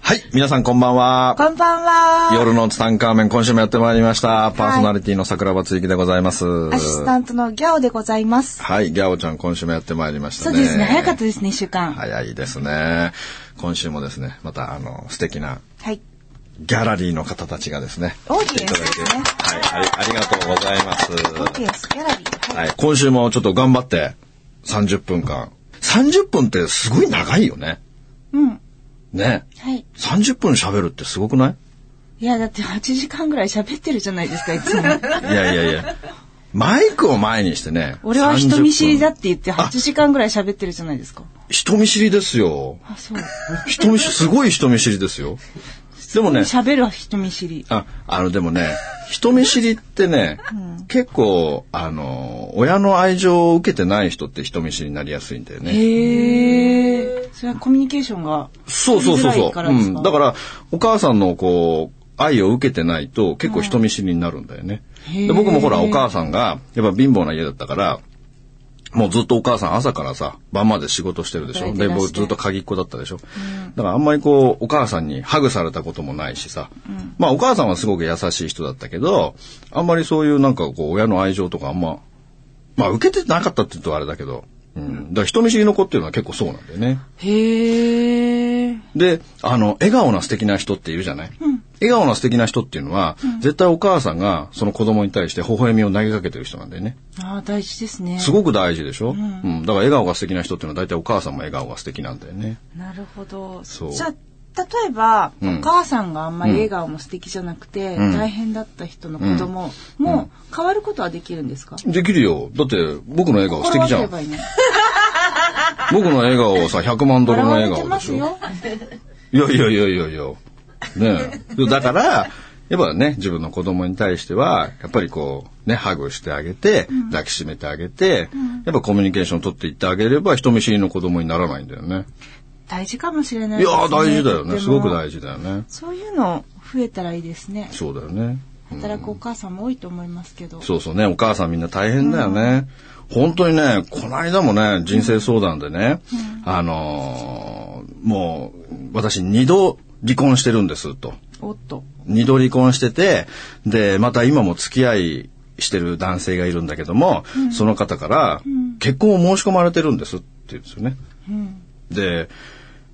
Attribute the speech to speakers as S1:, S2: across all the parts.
S1: はい。皆さんこんばんは。
S2: こんばんは。。
S1: 夜のツタンカーメン、今週もやってまいりました。パーソナリティの桜庭つゆきでございます、はい
S2: アシスタントのギャオでございます。
S1: はい。ギャオちゃん、今週もやってまいりました
S2: ね。そうですね。早かったですね、一週間。
S1: 早いですね。今週もですね、また、あの、素敵な。はい。ギャラリーの方たちがですね。
S2: オーディエンスですね。
S1: はい。ありがとうございます。オ
S2: ーディエンス、ギャラリー。
S1: はい。今週もちょっと頑張って、30分間。30分ってすごい長いよね。
S2: うん。
S1: ね。はい。30分喋るってすごくない
S2: いや、だって8時間ぐらい喋ってるじゃないですか、い つも。い
S1: やいやいや。マイクを前にしてね。
S2: 俺は人見知りだって言って8時間ぐらい喋ってるじゃないですか。
S1: 人見知りですよ。
S2: あ、そう。
S1: 人見知り、すごい人見知りですよ。でもね。
S2: 喋る人見知り。
S1: あ、あの、でもね、人見知りってね、うん、結構、あの、親の愛情を受けてない人って人見知りになりやすいんだよね。
S2: へえ。それはコミュニケーションが。
S1: そうそうそうそう。うん。だから、お母さんの、こう、愛を受けてないと結構人見知りになるんだよね。で僕もほら、お母さんが、やっぱ貧乏な家だったから、もうずっとお母さん朝からさ、晩まで仕事してるでしょで、僕ずっと鍵っ子だったでしょ、うん、だからあんまりこう、お母さんにハグされたこともないしさ、うん、まあお母さんはすごく優しい人だったけど、あんまりそういうなんかこう、親の愛情とかあんま、まあ受けてなかったって言うとあれだけど、うん。だから人見知りの子っていうのは結構そうなんだよね。
S2: へえ。
S1: で、あの、笑顔な素敵な人っているじゃない、うん、笑顔な素敵な人っていうのは、うん、絶対お母さんがその子供に対して微笑みを投げかけてる人なんだよね。
S2: ああ、大事ですね。
S1: すごく大事でしょ、うん、うん、だから笑顔が素敵な人っていうのは大体お母さんも笑顔が素敵なんだよね。
S2: なるほど。そう。じゃあ、例えば、お母さんがあんまり笑顔も素敵じゃなくて、大変だった人の子供も変わることはできるんですか、
S1: できるよ。だって僕の笑顔素敵じゃん。僕の笑顔さ、100万ドルの笑顔でしょ。いやいやいやいやいや。ねだから、やっぱね、自分の子供に対しては、やっぱりこう、ね、ハグしてあげて、うん、抱きしめてあげて、うん、やっぱコミュニケーションを取っていってあげれば、人見知りの子供にならないんだよね。、
S2: 大事かもしれない
S1: ね、いや、大事だよね。すごく大事だよね。
S2: そういうの増えたらいいですね。
S1: そうだよね。
S2: うん、働くお母さんも多いと思いますけど。
S1: そうそうね。お母さんみんな大変だよね。本当にね、この間もね、人生相談でね、うん、あのー、もう、私二度離婚してるんですと。
S2: おっと。
S1: 二度離婚してて、で、また今も付き合いしてる男性がいるんだけども、うん、その方から、結婚を申し込まれてるんですって言うんですよね。うん、で、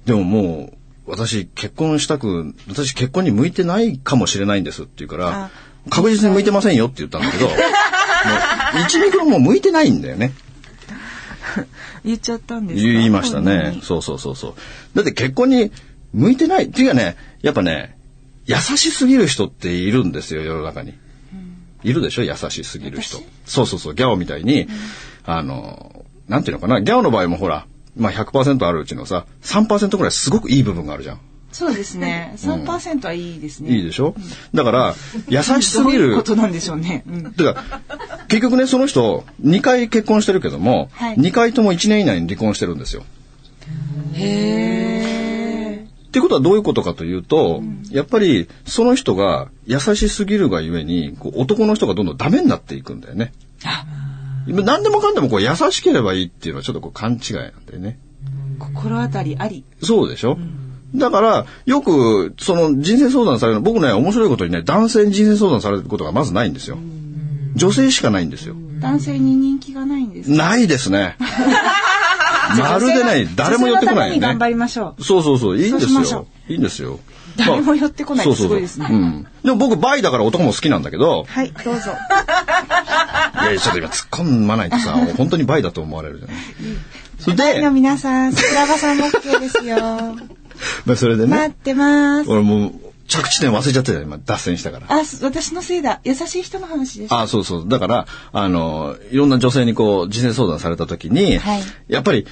S1: でももう、私結婚したく、私結婚に向いてないかもしれないんですって言うから、確実に向いてませんよって言ったんだけ ど、1ミクロも向いてないんだよね。
S2: 言っちゃったんです
S1: 言いましたね。そうそうそうそう。だって結婚に向いてないっていうかね、やっぱね、優しすぎる人っているんですよ、世の中に。うん、いるでしょ優しすぎる人。そうそうそう、ギャオみたいに、うん、あの、なんていうのかな、ギャオの場合もほら、まあ100%あるうちのさ、3%ぐらいすごくいい部分があるじゃん。
S2: そうですね。3%はいいですね。
S1: うん、いいでしょ、うん、 だから、優しすぎる。
S2: ううことなんでしょうね。
S1: うん、てか、結局ね、その人、2回結婚してるけども、はい、2回とも1年以内に離婚してるんですよ。ー。
S2: へ
S1: ってことはどういうことかというと、うん、やっぱりその人が優しすぎるがゆえに、こう男の人がどんどんダメになっていくんだよね。何でもかんでもこう優しければいいっていうのはちょっとこう勘違いなんだよね。
S2: 心当たりあり。
S1: そうでしょ、うんだから、よく、その人生相談されるの、僕ね、面白いことにね、男性に人生相談されることがまずないんですよ。女性しかないんですよ。
S2: 男性に人気がないんです
S1: ないです ね。まるでない。誰も寄ってこないよね。
S2: 頑張りましょ
S1: う。そうそうそう。いいんですよ。いいんですよ。。
S2: 誰も寄ってこないってすごいですね。うん
S1: でも僕、バイだから男も好きなんだけど。
S2: はい、どうぞ。
S1: いや、ちょっと今突っ込まないとさ、本当にバイだと思われる じゃない。
S2: それで。の皆さん、桜庭さんも OK で すよ。
S1: まあそれでね。
S2: 待ってます。
S1: 俺もう着地点忘れちゃったよ、今、脱線したから。
S2: あ、私のせいだ。優しい人の話です。
S1: あ、そうそう。だから、あの、いろんな女性にこう、人生相談された時に、はい、やっぱり、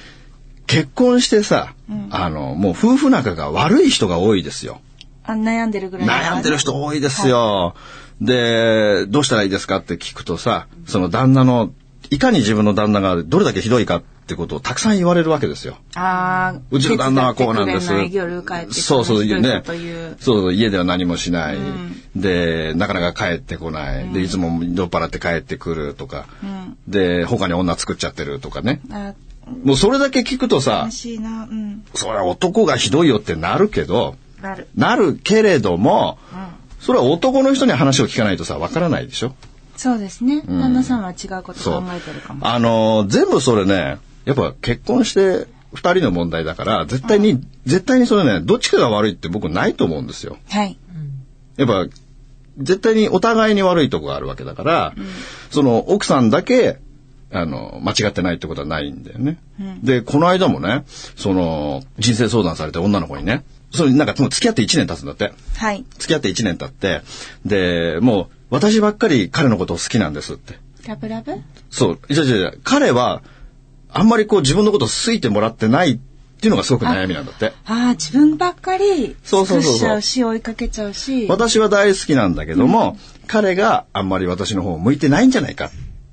S1: 結婚してさ、うん、あの、もう夫婦仲が悪い人が多いですよ。
S2: あ悩んでるぐらい、
S1: ね、悩んでる人多いですよ。はいで、どうしたらいいですかって聞くとさ、その旦那の、いかに自分の旦那がどれだけひどいかってことをたくさん言われるわけですよ。
S2: ああ、
S1: うちの旦那はこうなんです。
S2: 夜帰ってくれ
S1: そうそう、
S2: 一人
S1: ね。
S2: という
S1: そうそう、家では何もしない。
S2: ん
S1: で、なかなか帰ってこない。で、いつも酔っ払って帰ってくるとか。
S2: ん
S1: で、他に女作っちゃってるとかね。
S2: あ
S1: もうそれだけ聞くとさ
S2: 悲、しいな。うん。
S1: それは男がひどいよってなるけど、
S2: なる。
S1: なるけれども、それは男の人に話を聞かないとさ、わからないでしょ
S2: そうですね。旦那さんは違うこと
S1: そ
S2: 考
S1: う
S2: えてるか。も。
S1: あのー全部それね、やっぱ結婚して二人の問題だから、絶対に、絶対にそれね、どっちかが悪いって僕ないと思うんですよ。
S2: はい。
S1: やっぱ、絶対にお互いに悪いとこがあるわけだから、その奥さんだけ、あの、間違ってないってことはないんだよね。で、この間もね、その、人生相談されて女の子にね、それなんかもう付き合って1年経つんだって。
S2: はい。
S1: 付き合って1年経って、で、もう、私ばっかり彼のことを好きなんですって。
S2: ラブラブ
S1: そう。じゃじゃじゃ彼は、あんまりこう自分のことを好いてもらってないっていうのがすごく悩みなんだって。
S2: ああ、自分ばっかり
S1: そうそう
S2: 尽く
S1: そうそう
S2: しちゃうし、追いかけちゃうし。
S1: 私は大好きなんだけども、彼があんまり私の方を向いてないんじゃないかっ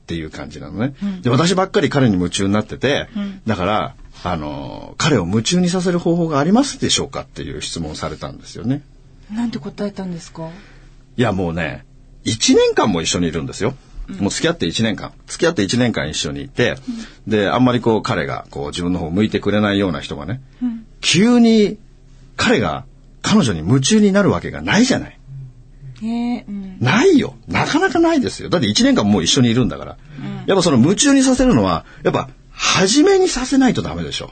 S1: ていう感じなのね。で私ばっかり彼に夢中になってて、だから、あのー彼を夢中にさせる方法がありますでしょうかっていう質問をされたんですよね。
S2: なんて答えたんですか
S1: いやもうね、1年間も一緒にいるんですよ。もう付き合って1年間。付き合って1年間一緒にいて、で、あんまりこう彼がこう自分の方を向いてくれないような人がね、急に彼が彼女に夢中になるわけがないじゃない。
S2: ええうん。
S1: ないよ。なかなかないですよ。だって1年間もう一緒にいるんだから。やっぱその夢中にさせるのは、やっぱ初めにさせないとダメでしょ。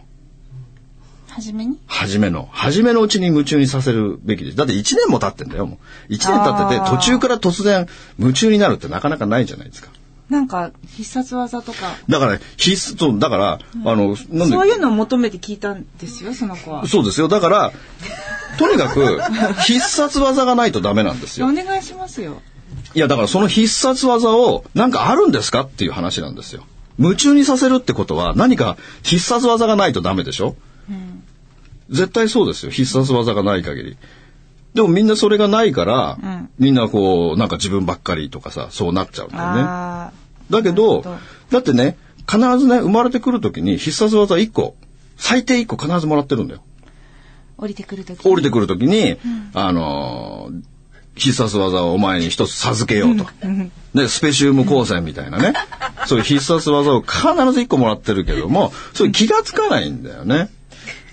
S2: 初めに
S1: 初めの。初めのうちに夢中にさせるべきです。だって1年も経ってんだよ、もう。1年経って
S2: あ
S1: て
S2: ー
S1: 途中から突然夢中になるってなかなかないじゃないですか。
S2: なんか、必殺技とか。
S1: だから、必須と、だから、あの、なんで
S2: そういうのを求めて聞いたんですよ、その子は。
S1: そうですよ。だから、とにか く、必殺技がないとダメなんです
S2: お
S1: よ。
S2: 願いしますよ。
S1: いや、だからその必殺技を、なんかあるんですかっていう話なんですよ。夢中にさせるってことは、何か必殺技がないとダメでしょ、絶対そうですよ。必殺技がない限り。でもみんなそれがないから、
S2: うん
S1: みんなこう、なんか自分ばっかりとかさ、そうなっちゃうんだよね。
S2: あ
S1: だけど
S2: なるほど、
S1: だってね、必ずね、生まれてくるときに必殺技1個、最低1個必ずもらってるんだよ。
S2: あ、降りてくるとき。
S1: 降りてくるときに、あのー必殺技をお前に一つ授けようと。で、スペシウム光線みたいなね。 そういう必殺技を必ず一個もらってるけども、それ気がつかないんだよね。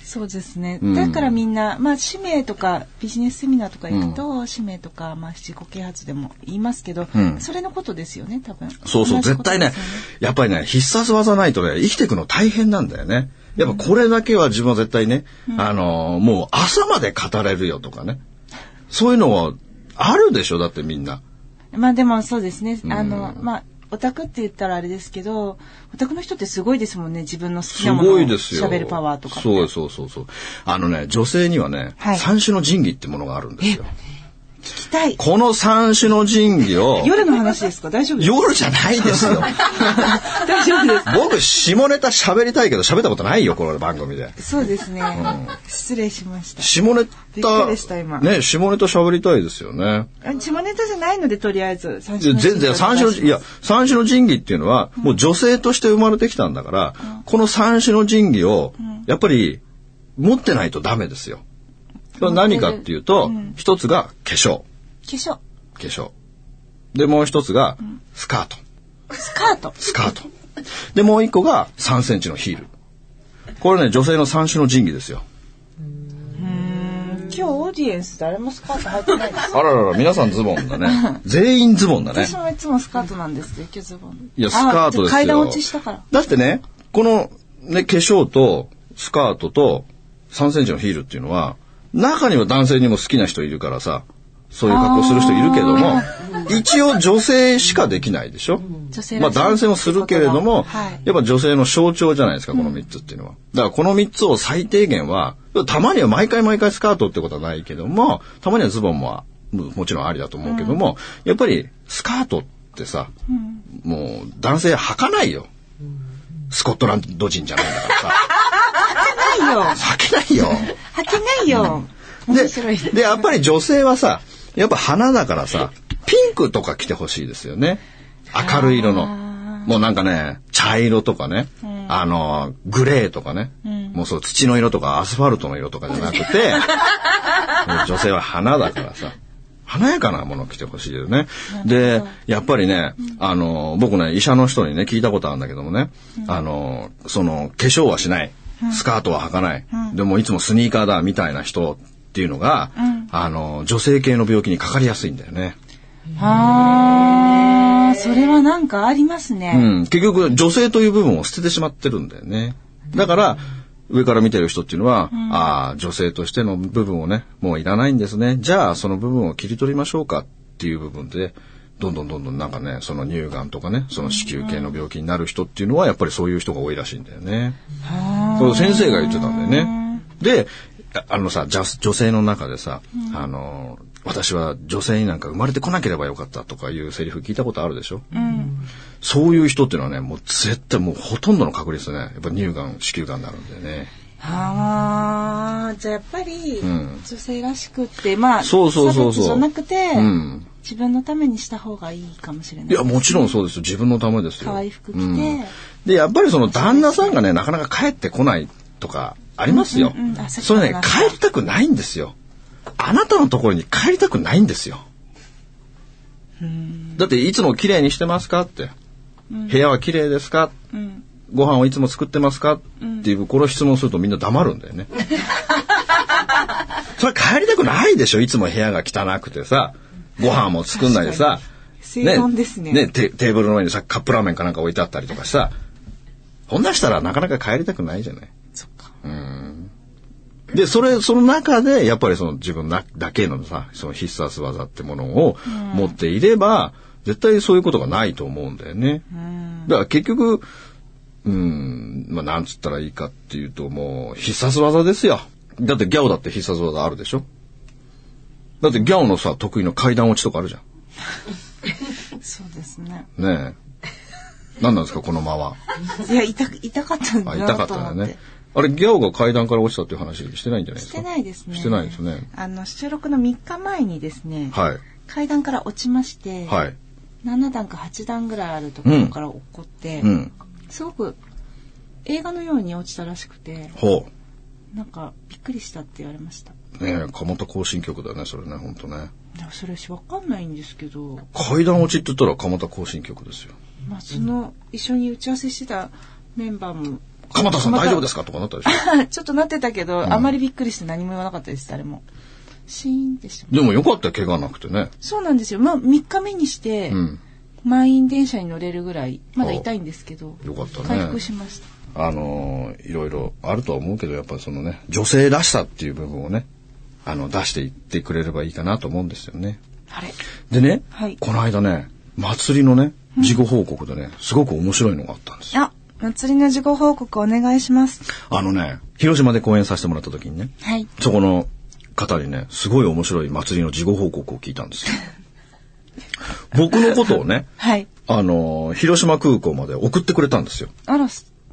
S2: そうですね。
S1: ん
S2: だからみんな、まあ、使命とか、ビジネスセミナーとか行くと、使命とか、まあ、自己啓発でも言いますけど、
S1: ん
S2: それのことですよね、多分。
S1: そうそう、
S2: 同じこ
S1: 絶
S2: と
S1: 対ね
S2: ですよ、
S1: やっぱりね、必殺技ないとね、生きていくの大変なんだよね。やっぱこれだけは自分は絶対ね、あのーもう朝まで語れるよとかね。そういうのはあるでしょ、だってみんな。
S2: まあでもそうですね。あの、まあ、オタクって言ったらあれですけど、オタクの人ってすごいですもんね。自分の好き
S1: す
S2: なものを
S1: ごいですよ。
S2: 喋るパワーとかって。
S1: そうそうそうそう。あのね、女性にはね、
S2: はい
S1: 三種の神器ってものがあるんですよ。
S2: 聞きたい。
S1: この三種の神器を、
S2: 夜の話ですか大丈夫ですか
S1: 夜じゃないです よ。
S2: 大丈夫ですか
S1: 僕、下ネタ喋りたいけど喋ったことないよ、この番組で。
S2: そうですね。失礼しました。
S1: 下ネ
S2: びっ
S1: タ、
S2: くりした今
S1: ね、下ネタ喋りたいですよね。
S2: あ下ネタじゃないので、とりあえず、三
S1: いや全然、三種の、いや、三種の神器っていうのは、もう女性として生まれてきたんだから、この三種の神器を、やっぱり、持ってないとダメですよ。それは何かっていうと、一つが化粧。
S2: 化粧、
S1: 化粧。で、もう一つが、スカート。
S2: スカート。
S1: スカート。で、もう一個が3センチのヒール。これね、女性の三種の神器ですよ。
S2: 今日オーディエンス誰もスカート履いてないです。
S1: あららら、皆さんズボンだ ね。全員ズボンだね
S2: 私。もいつもスカートなんですけど、今日ズボン。
S1: いや、スカートですよ。
S2: あ階段落ちしたから。
S1: だってね、この、ね、化粧と、スカートと、3センチのヒールっていうのは、中には男性にも好きな人いるからさ、そういう格好する人いるけども、一応女性しかできないでしょ、
S2: 女性
S1: まあ
S2: らしい
S1: 男性もするけれども、
S2: はい
S1: やっぱ女性の象徴じゃないですか、この3つっていうのは。だからこの3つを最低限は、たまには毎回毎回スカートってことはないけども、たまにはズボンもももちろんありだと思うけども、やっぱりスカートってさ、もう男性履かないよ。スコットランド人じゃないんだからさ。
S2: ないよ。
S1: 履けないよ。
S2: 履けないよ。面白い。
S1: で、で、やっぱり女性はさ、やっぱ花だからさ、ピンクとか着てほしいですよね。明るい色の。もうなんかね、茶色とかね、うん、あの、グレーとかね、うん、もうそう土の色とかアスファルトの色とかじゃなく て、女性は花だからさ。華やかなもの着てほしいよね。で、やっぱりね、うん、あの、僕ね、医者の人にね、聞いたことあるんだけどもね、うん、あの、その、化粧はしない、スカートは履かない、うん、でもいつもスニーカーだ、みたいな人っていうのが、あの、女性系の病気にかかりやすいんだよね。
S2: ああ、それはなんかありますね。
S1: うん、結局、女性という部分を捨ててしまってるんだよね。だから、上から見てる人っていうのは、うん、ああ、女性としての部分をね、もういらないんですね。じゃあ、その部分を切り取りましょうかっていう部分で、どんどんどんどんなんかね、その乳がんとかね、その子宮系の病気になる人っていうのは、やっぱりそういう人が多いらしいんだよね。うん、先生が言ってたんだよね。で、あのさ、女性の中でさ、うん、あの、私は女性になんか生まれてこなければよかったとかいうセリフ聞いたことあるでしょ、うん、そういう人っていうのはね、もう絶対もうほとんどの確率でね、やっぱ乳がん、子宮がんになるんだよね。
S2: ああ、じゃあやっぱり、うん、女性らしくって、まあ、そうそうそうそう。じゃなくて、うん、自分のためにした方がいいかもしれない、
S1: ね、いや、もちろんそうですよ。自分のためですよ。
S2: 可愛い服着て、
S1: で、やっぱりその旦那さんがね、なかなか帰ってこないとか、ありますよ。うんうんうん、それね、帰りたくないんですよ。あなたのところに帰りたくないんですよ。だっていつも綺麗にしてますかって、うん、部屋は綺麗ですか、うん、ご飯をいつも作ってますか、うん、っていうこの質問するとみんな黙るんだ よね。それ帰りたくないでしょいつも部屋が汚くてさご飯も作んないでさ。
S2: ねね
S1: ねテーブルの上にさカップラーメンかなんか置いてあったりとかさこんなしたらなかなか帰りたくないじゃない。うんで、それ、その中で、やっぱりその自分だけのさ、その必殺技ってものを持っていれば、うん、絶対そういうことがないと思うんだよね。うん、だから結局、うん、まあ、なんつったらいいかっていうと、もう、必殺技ですよ。だってギャオだって必殺技あるでしょだってギャオのさ、得意の階段落ちとかあるじゃん。
S2: そうですね。
S1: ねえ。何なんですか、この間は。
S2: いや、痛、痛かったん だ
S1: なと思って。痛かったんだよね。あれ、ギャオが階段から落ちたっていう話してないんじゃないです
S2: かしてないですね。
S1: してないですね。
S2: あの、収録の3日前にですね、
S1: はい、
S2: 階段から落ちまして、
S1: はい、
S2: 7段か8段ぐらいあるところから落っこって、うん、すごく映画のように落ちたらしくて、
S1: ほ
S2: うなんかびっくりしたって言われました。
S1: ねえ、鎌田行進曲だね、それね、ほんとね。
S2: それし、わかんないんですけど。
S1: 階段落ちって言ったら鎌田行進曲ですよ。
S2: まあ、その、一緒に打ち合わせしてたメンバーも、
S1: 鎌田さん大丈夫ですかとかなったでしょ
S2: ちょっとなってたけど、うん、あまりびっくりして何も言わなかったです誰もシーンってして
S1: でもよかった怪我なくてね
S2: そうなんですよまあ3日目にして、うん、満員電車に乗れるぐらいまだ痛いんですけど
S1: よかったね
S2: 回復しました
S1: あのー、いろいろあるとは思うけどやっぱりそのね女性らしさっていう部分をねあの出していってくれればいいかなと思うんですよね
S2: あれ
S1: でね、
S2: はい、
S1: この間ね祭りのね事後報告でね、うん、すごく面白いのがあったんですよ、
S2: 祭りの事後報告お願いします。
S1: あのね、広島で講演させてもらった時にね、
S2: はい、
S1: そこの方にね、すごい面白い祭りの事後報告を聞いたんですよ。僕のことをね、
S2: はい、
S1: あの、広島空港まで送ってくれたんですよ。
S2: あら、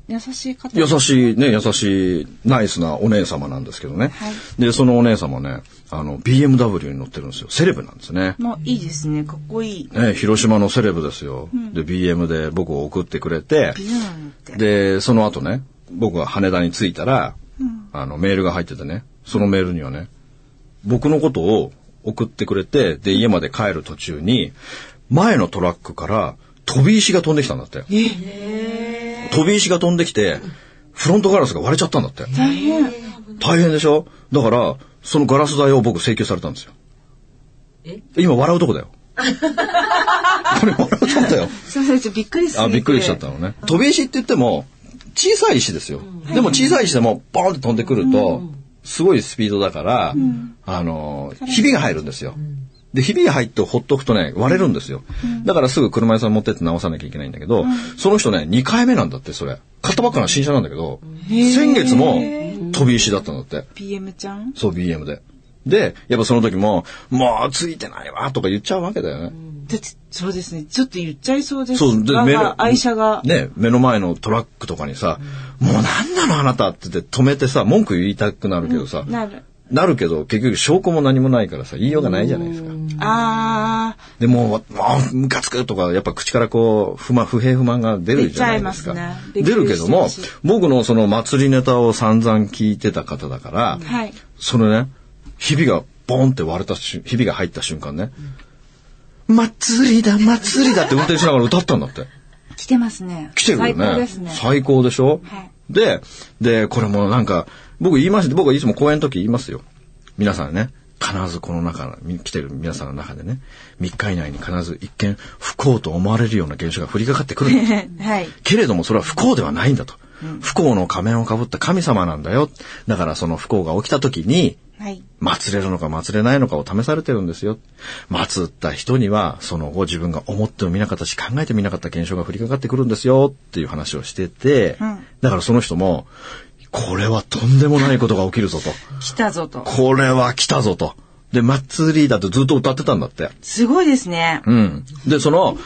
S2: 優しい方。
S1: 優しい、ね、優しい、ナイスなお姉様なんですけどね。
S2: はい、
S1: で、そのお姉様ね、あの、BMW に乗ってるんですよ。セレブなんですね。
S2: まあ、いいですね。かっこいい。
S1: ね、広島のセレブですよ。うん、で、BM で僕を送ってくれて、で、その後ね、僕が羽田に着いたら、うん、あの、メールが入っててね、そのメールにはね、僕のことを送ってくれて、で、家まで帰る途中に、前のトラックから飛び石が飛んできたんだって。
S2: えー
S1: 飛び石が飛んできて、フロントガラスが割れちゃったんだって。
S2: 大変。
S1: 大変でしょだから、そのガラス代を僕請求されたんですよ。今笑うとこだよ。これ笑うとこだよ。
S2: すいません、びっくり
S1: あ、びっくりしちゃったのね。飛び石って言っても、小さい石ですよ。でも小さい石でも、ボーンって飛んでくると、すごいスピードだから、うん、あの、ひびが入るんですよ。うんで、ひびが入ってほっとくとね、割れるんですよ。うん、だからすぐ車屋さん持ってって直さなきゃいけないんだけど、うん、その人ね、2回目なんだって、それ。買ったばっかの新車なんだけど、先月も飛び石だったんだって。
S2: BM ちゃん、
S1: そう、BM で。で、やっぱその時も、もうついてないわとか言っちゃうわけだよね。うん
S2: だって、そうですね。ちょっと言っちゃいそうですそう、で、目の、愛車が。
S1: ね、目の前のトラックとかにさ、もうなんなのあなたって言って止めてさ、文句言いたくなるけどさ。
S2: なる。
S1: なるけど、結局証拠も何もないからさ、言いようがないじゃないですか。
S2: ああ。
S1: でも、あムカつくとか、やっぱ口からこう、不満、不平不満が出るじゃないですか。
S2: 出ちゃいますね
S1: 出るけども
S2: びっくりしてるし、
S1: 僕のその祭りネタを散々聞いてた方だから、
S2: はい。
S1: そのね、ひびがボンって割れたし、ひびが入った瞬間ね、祭りだ、祭りだって運転しながら歌ったんだって。
S2: 来てますね。
S1: 来てるよね。
S2: 最高ですね。
S1: 最高でしょ、
S2: はい
S1: で、で、これもなんか、僕言いました、僕はいつも講演の時言いますよ。皆さんね、必ずこの中、み来てる皆さんの中でね、3日以内に必ず一見不幸と思われるような現象が降りかかってく るんだと
S2: はい。
S1: けれどもそれは不幸ではないんだと。不幸の仮面をかぶった神様なんだよ。だからその不幸が起きた時に、
S2: はい。
S1: 祭れるのか祭れないのかを試されてるんですよ。祭った人には、その後自分が思ってもみなかったし考えてみなかった現象が降りかかってくるんですよっていう話をしてて、
S2: うん
S1: だからその人も、これはとんでもないことが起きるぞと。
S2: 来たぞと。
S1: これは来たぞと。で、祭りだってずっと歌ってたんだって。
S2: すごいですね。
S1: うん。で、その、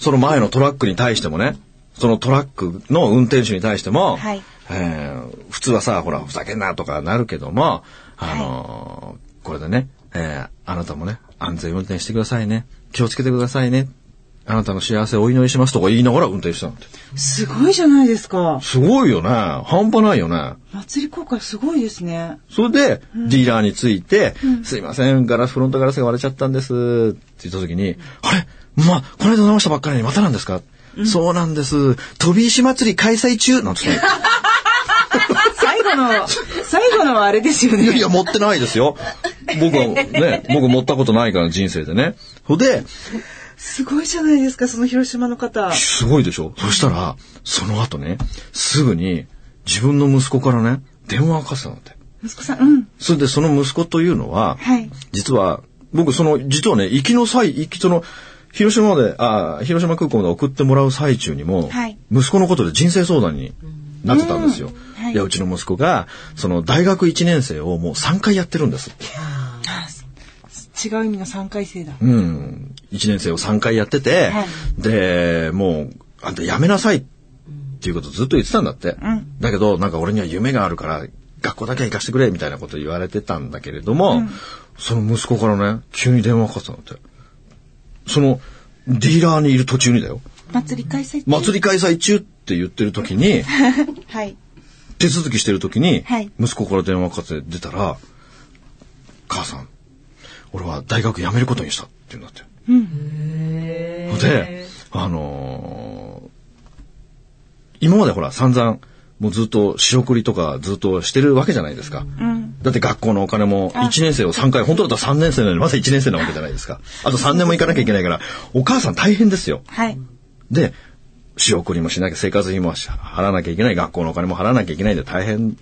S1: その前のトラックに対してもね、そのトラックの運転手に対しても、
S2: はい
S1: えー普通はさ、ほら、ふざけんなとかなるけども、あのーこれでね、えーあなたもね、安全運転してくださいね。気をつけてくださいね。あなたの幸せをお祈りしますとか言いながら運転してたんだって。
S2: すごいじゃないですか。
S1: すごいよね。半端ないよね。
S2: 祭り公開すごいですね。
S1: それで、ディーラーについて、すいません、ガラス、フロントガラスが割れちゃったんです、って言った時に、あれまあ、この間直したばっかりにまたなんですか、そうなんです。飛び石祭り開催中なんつって。い
S2: 最後 の、最後のはあれですよね。
S1: やいや、持ってないですよ。僕はね、僕持ったことないから人生でね。ほんで、
S2: すごいじゃないですか、その広島の方。
S1: すごいでしょそしたら、その後ね、すぐに自分の息子からね、電話がかかってたんだって。
S2: 息子さん、うん。
S1: それでその息子というのは、
S2: はい
S1: 実は、僕その、実はね、行きの際、行きその、広島まで、あ広島空港まで送ってもらう最中にも、
S2: はい
S1: 息子のことで人生相談になってたんですよ。
S2: うんはい
S1: いや、うちの息子が、その、大学1年生をもう3回やってるんです。
S2: 違う意味の3回生だ。
S1: うん。1年生を3回やってて、
S2: はい
S1: で、もう、あんたやめなさいっていうことずっと言ってたんだって。
S2: ん
S1: だけど、なんか俺には夢があるから、学校だけは行かせてくれみたいなこと言われてたんだけれども、その息子からね、急に電話かかってたんだって。その、ディーラーにいる途中にだよ。
S2: 祭り開催中
S1: 祭り開催中って言ってる時に、
S2: はい。
S1: 手続きしてる時に
S2: はい、
S1: 息子から電話かかって出たら、母さん、俺は大学辞めることにしたって言うんだって。で、あのー今までほら散々、もうずっと仕送りとかずっとしてるわけじゃないですか。だって学校のお金も1年生を3回、本当だったら3年生なのにまだ1年生なわけじゃないですか。あと3年も行かなきゃいけないから、お母さん大変ですよ。
S2: はい。
S1: で、仕送りもしなきゃ、生活費も払わなきゃいけない、学校のお金も払わなきゃいけないんで大変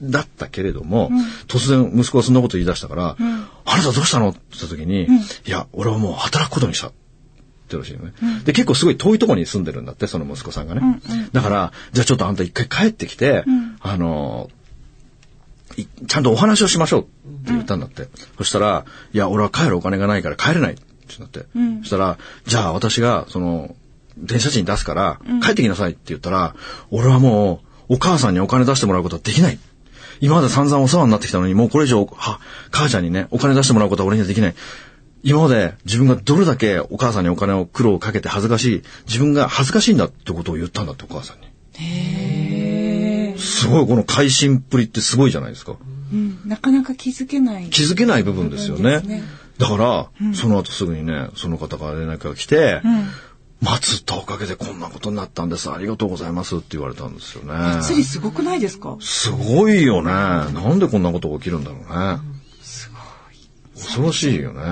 S1: だったけれども、突然息子がそんなこと言い出したから、あなたどうしたのって言った時に、いや、俺はもう働くことにした。ってらしいよね。で、結構すごい遠いところに住んでるんだって、その息子さんがね。だから、じゃあちょっとあんた一回帰ってきて、あの、いちゃんとお話をしましょうって言ったんだって。そしたら、いや、俺は帰るお金がないから帰れないってなって。そしたら、じゃあ私が、その、電車賃出すから、帰ってきなさいって言ったら、俺はもう、お母さんにお金出してもらうことはできない。今まで散々お世話になってきたのに、もうこれ以上、は、母ちゃんにね、お金出してもらうことは俺にはできない。今まで自分がどれだけお母さんにお金を苦労をかけて恥ずかしい、自分が恥ずかしいんだってことを言ったんだって、お母さんに。すごい、この会心っぷりってすごいじゃないですか。
S2: うん。なかなか気づけない。
S1: 気づけない部分ですよね。
S2: 部分ですね
S1: だから、その後すぐにね、その方から連絡が来て、待つったおかげでこんなことになったんです。ありがとうございますって言われたんですよね。
S2: 祭りすごくないですか
S1: すごいよね。なんでこんなことが起きるんだろうね。恐ろしいよね。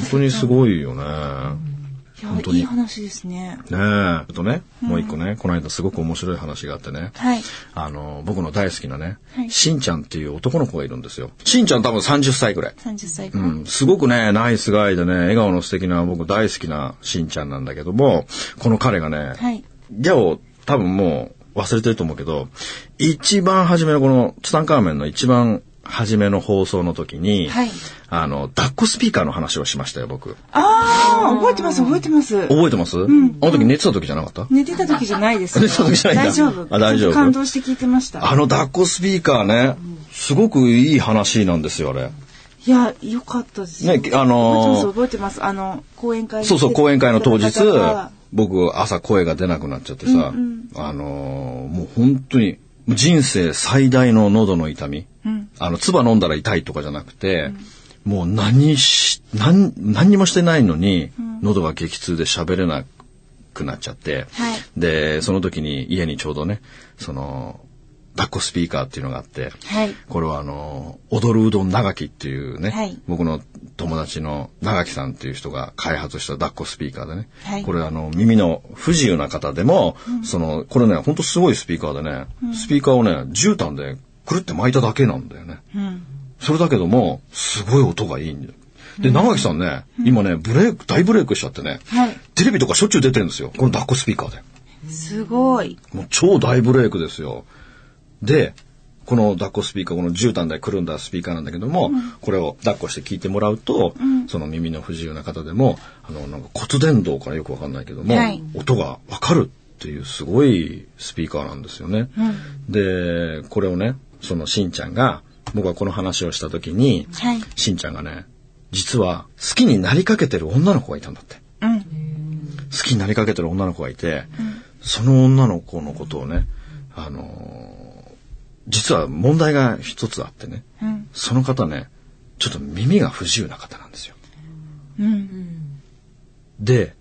S1: 本当にすごいよね。
S2: いや
S1: 本、当に
S2: いい話ですね。
S1: ねえ。あとね、もう一個ね、この間すごく面白い話があってね。
S2: はい。
S1: あの、僕の大好きなね、
S2: はい
S1: しんちゃんっていう男の子がいるんですよ。しんちゃん多分30歳くらい。
S2: 30歳か
S1: う
S2: ら。
S1: ん、すごくね、ナイスガイでね、笑顔の素敵な僕大好きなしんちゃんなんだけども、この彼がね、
S2: はい。
S1: ギャオ多分もう忘れてると思うけど、一番初めのこのツタンカーメンの一番初めの放送の時に、
S2: はい
S1: あの、抱っこスピーカーの話をしましたよ、僕。
S2: ああ、覚えてます、覚えてます。
S1: 覚えてます、あの時寝てた時じゃなかった
S2: 寝てた時じゃな いです。
S1: 寝てた時じゃないんだ
S2: 大丈夫。
S1: あ大丈夫
S2: 感動して聞いてました。
S1: あの抱っこスピーカーね、すごくいい話なんですよ、あれ。
S2: いや、よかったです
S1: ね、あの
S2: ー、覚えてます、あの、講演会
S1: そうそう、講演会の当日、僕、朝声が出なくなっちゃってさ、うんうん、あのー、もう本当に、人生最大の喉の痛み、うん、あの、唾飲んだら痛いとかじゃなくて、うん、もう何し、何、何にもしてないのに、うん、喉が激痛で喋れなくなっちゃって、はい、で、その時に家にちょうどね、その、抱っこスピーカーっていうのがあって、はい、これはあの、踊るうどん長きっていうね、はい、僕の友達の長木さんっていう人が開発した抱っこスピーカーでね、はい、これあの、耳の不自由な方でも、うん、その、これね、ほんとすごいスピーカーでね、うん、スピーカーをね、絨毯でくるって巻いただけなんだよね。うん、それだけども、すごい音がいいんだよ。で、長木さんね、今ね、ブレイク、大ブレイクしちゃってね、テレビとかしょっちゅう出てるんですよ。この抱っこスピーカーで。
S2: すごい。
S1: もう超大ブレイクですよ。で、この抱っこスピーカー、この絨毯でくるんだスピーカーなんだけども、うん、これを抱っこして聞いてもらうと、うん、その耳の不自由な方でも、あの、なんか骨伝導からよくわかんないけども、はい、音がわかるっていうすごいスピーカーなんですよね。うん、で、これをね、そのしんちゃんが、僕はこの話をした時に、はい、しんちゃんがね、実は好きになりかけてる女の子がいたんだって。好きになりかけてる女の子がいて、その女の子のことをね、あの実は問題が一つあってね、うん、その方ね、ちょっと耳が不自由な方なんですよ。うんうん、で、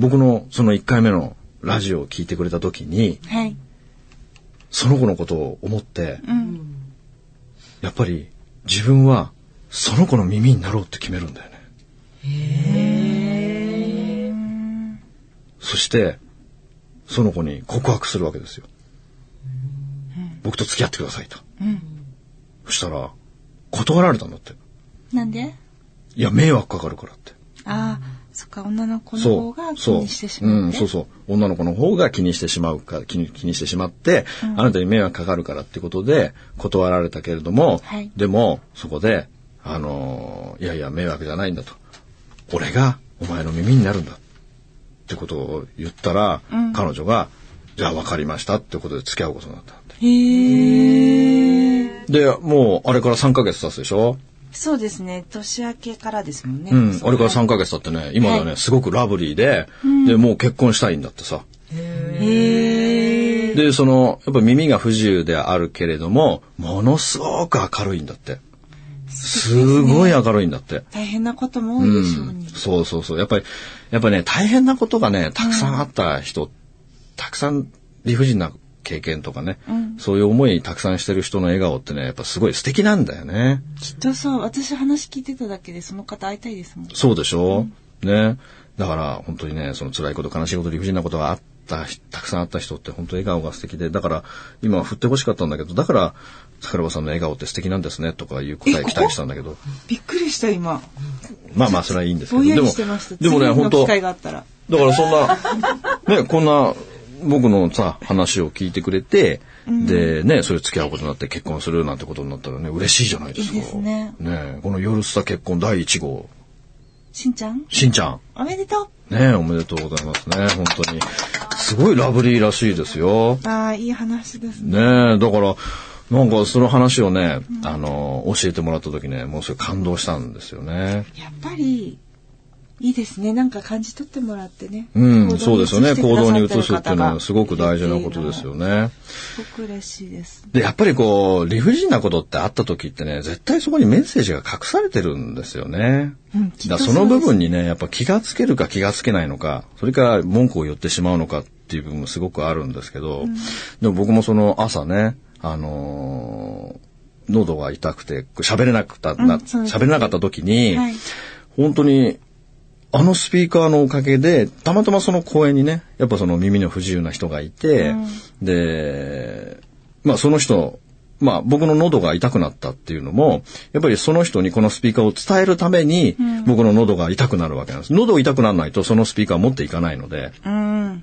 S1: 僕のその1回目のラジオを聞いてくれた時に、はい、その子のことを思って、うん、やっぱり自分はその子の耳になろうって決めるんだよね。へそして、その子に告白するわけですよ。僕と付き合ってくださいと。うん、そしたら、断られたんだって。
S2: なんで
S1: いや、迷惑かかるからって。
S2: ああ、そっか、女の子の方が気にしてしまう、
S1: ね、うん、そうそう。女の子の方が気にしてしまうか、気に気にしてしまって、うん、あなたに迷惑かかるからってことで断られたけれども、はい、でも、そこで、あのー、いやいや、迷惑じゃないんだと。俺がお前の耳になるんだ。ってことを言ったら、うん、彼女が、じゃあ分かりましたってことで付き合うことになったで、もう、あれから3ヶ月経つでしょ
S2: そうですね。年明けからですもんね。
S1: うん。あれから3ヶ月経ってね、今ではね、はい、すごくラブリーで、うん、で、もう結婚したいんだってさ。へで、その、やっぱ耳が不自由であるけれども、ものすごく明るいんだって。す,ね、すごい明るいんだって。
S2: 大変なことも多いでしょうね、うん。
S1: そうそうそう。やっぱり、やっぱね、大変なことがね、たくさんあった人、うん、たくさん理不尽な経験とかね、うん、そういう思いたくさんしてる人の笑顔ってねやっぱすごい素敵なんだよね
S2: きっとそう私話聞いてただけでその方会いたいですもん
S1: そうでしょ、うん、ねだから本当にねその辛いこと悲しいこと理不尽なことがあったたくさんあった人って本当笑顔が素敵でだから今振ってほしかったんだけどだから桜庭さんの笑顔って素敵なんですねとかいう答え期待したんだけど
S2: びっくりした今
S1: まあまあそれはいいんですけどで
S2: もでもね本当だから
S1: そんなねこんな僕のさ、話を聞いてくれて、うん、で、ね、それ付き合うことになって結婚するなんてことになったらね、嬉しいじゃないですか。
S2: いいですね。
S1: ねこの夜スタ結婚第1号。
S2: しんちゃん
S1: しんちゃん。
S2: おめでと
S1: う。ねおめでとうございますね、本当に。すごいラブリーらしいですよ。
S2: ああ、いい話です
S1: ね。ねだから、なんかその話をね、うん、あの、教えてもらった時ね、もうすごい感動したんですよね。
S2: やっぱり、いいですね。なんか感じ取ってもらってね。
S1: うん、そうですよね。行動に移すっていうのはすごく大事なことですよね。
S2: すごく嬉しいです。
S1: で、やっぱりこう、理不尽なことってあった時ってね、絶対そこにメッセージが隠されてるんですよね。うん、だその部分にね、やっぱ気がつけるか気がつけないのか、それから文句を言ってしまうのかっていう部分もすごくあるんですけど、うん、でも僕もその朝ね、あのー、喉が痛くて喋れなくた、喋、うん、れなかった時に、はい、本当にあのスピーカーのおかげで、たまたまその公演にね、やっぱその耳の不自由な人がいて、うん、で、まあその人、まあ僕の喉が痛くなったっていうのも、やっぱりその人にこのスピーカーを伝えるために、僕の喉が痛くなるわけなんです。うん、喉痛くならないとそのスピーカー持っていかないので、うん、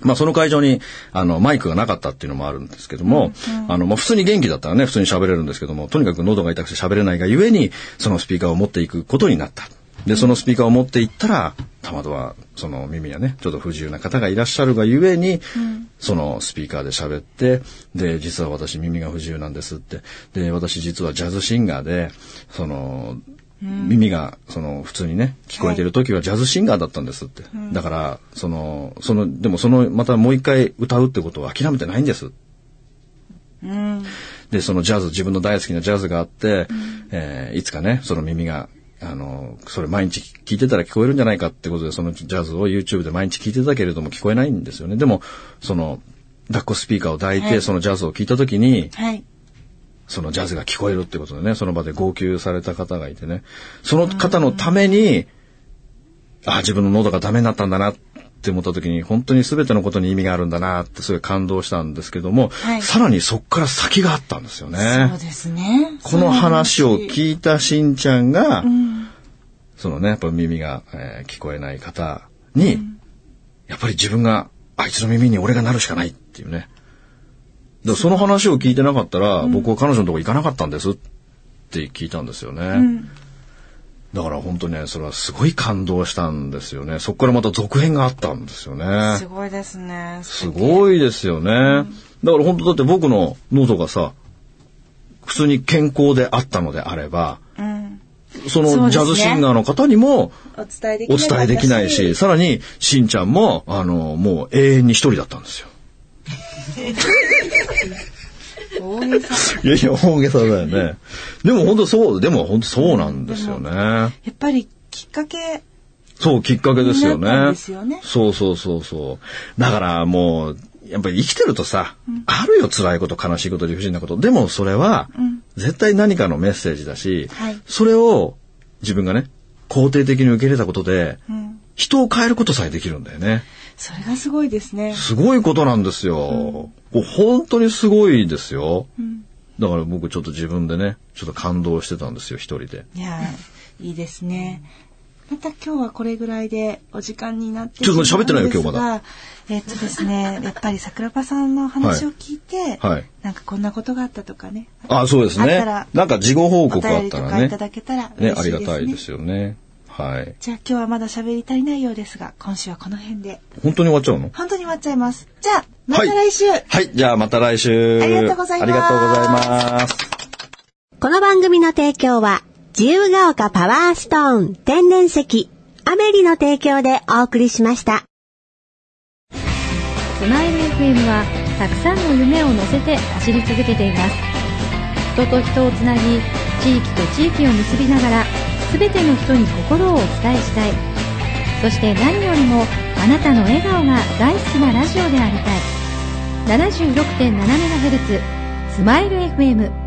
S1: まあその会場にあのマイクがなかったっていうのもあるんですけども、あのまあ普通に元気だったらね、普通に喋れるんですけども、とにかく喉が痛くて喋れないがゆえに、そのスピーカーを持っていくことになった。で、そのスピーカーを持っていったら、たまたまその耳がねちょっと不自由な方がいらっしゃるがゆえに、そのスピーカーで喋ってで実は私耳が不自由なんですってで私実はジャズシンガーでその耳がその普通にね聞こえてる時はジャズシンガーだったんですって、だからそのそのでもそのまたもう一回歌うってことを諦めてないんですでそのジャズ自分の大好きなジャズがあって、えーいつかねその耳があのそれ毎日聞いてたら聞こえるんじゃないかってことでそのジャズを YouTube で毎日聞いてたけれども聞こえないんですよねでもその抱っこスピーカーを抱いて、
S2: はい
S1: そのジャズを聞いた時に
S2: はい。
S1: そのジャズが聞こえるってことでね、その場で号泣された方がいてね、その方のために、あ、自分の喉がダメになったんだなって思った時に、本当に全てのことに意味があるんだなってすごい感動したんですけども、
S2: はい
S1: さらにそっから先があったんですよ
S2: そう
S1: ね。
S2: ですね。
S1: この話を聞いたしんちゃんが、
S2: うん。
S1: そのね、やっぱ耳が、えー聞こえない方に、やっぱり自分が、あいつの耳に俺がなるしかないっていうね。だからその話を聞いてなかったら、僕は彼女のとこ行かなかったんですって聞いたんですよね。だから本当ね、それはすごい感動したんですよね。そこからまた続編があったんですよね
S2: す。ごいですね。
S1: すごいですよね。だから本当だって僕の喉がさ、普通に健康であったのであれば、
S2: うん。
S1: そ
S2: そう
S1: の
S2: です
S1: ジャ
S2: ね
S1: ズシンガーの方にも、
S2: お伝えできな
S1: お
S2: い。
S1: 伝えできないし、。さらに、しんちゃんも、あの、もう永遠に一人だったんですよ。
S2: 大げさ。
S1: いやいや、大げさだよね。でも本当そう、でも本当そうなんですよね。
S2: やっぱりきっかけ、
S1: そう、きっかけですよ
S2: なった
S1: ね。
S2: んですよね
S1: そうそうそうそう。だからもう、やっぱり生きてるとさ、あるよ、辛いこと、悲しいこと、理不尽なこと。でもそれは、絶対何かのメッセージだし、
S2: はい
S1: それを自分がね、肯定的に受け入れたことで、
S2: うん。
S1: 人を変えることさえできるんだよね。
S2: それがすごいですね。
S1: すごいことなんですよ。これ本当にすごいですよ。だから僕ちょっと自分でね、ちょっと感動してたんですよ、一人で。
S2: いやー、いいですね。また今日はこれぐらいでお時間になって
S1: ちょっと待って喋ってないよ
S2: し
S1: 今
S2: まう
S1: 日ま
S2: んですが。えっとですね、やっぱり桜庭さんの話を聞いて、
S1: はいはい
S2: なんかこんなことがあったとかね。
S1: あ、そうです
S2: あっ
S1: ね
S2: たら。
S1: なんか事後報
S2: お
S1: 告あ
S2: 便
S1: っ
S2: り
S1: た
S2: と
S1: ら
S2: かい
S1: ね
S2: た。だけたら
S1: ね、
S2: 嬉
S1: あ
S2: しい
S1: り
S2: です
S1: が
S2: ね。
S1: たいですよね。はい。
S2: じゃあ今日はまだ喋り足りないようですが、今週はこの辺で。
S1: 本当に終わっちゃうの
S2: 本当に終わっちゃいます。じゃあ、また来週、
S1: はい、じゃあまた来週。
S2: ありがとうございます
S1: ありがとうございます。
S3: この番組の提供は、自由が丘パワーストーン天然石、アメリの提供でお送りしました。
S4: スマイル FM はたくさんの夢を乗せて走り続けています人と人をつなぎ地域と地域を結びながら全ての人に心をお伝えしたいそして何よりもあなたの笑顔が大好きなラジオでありたい 76.7MHz スマイル FM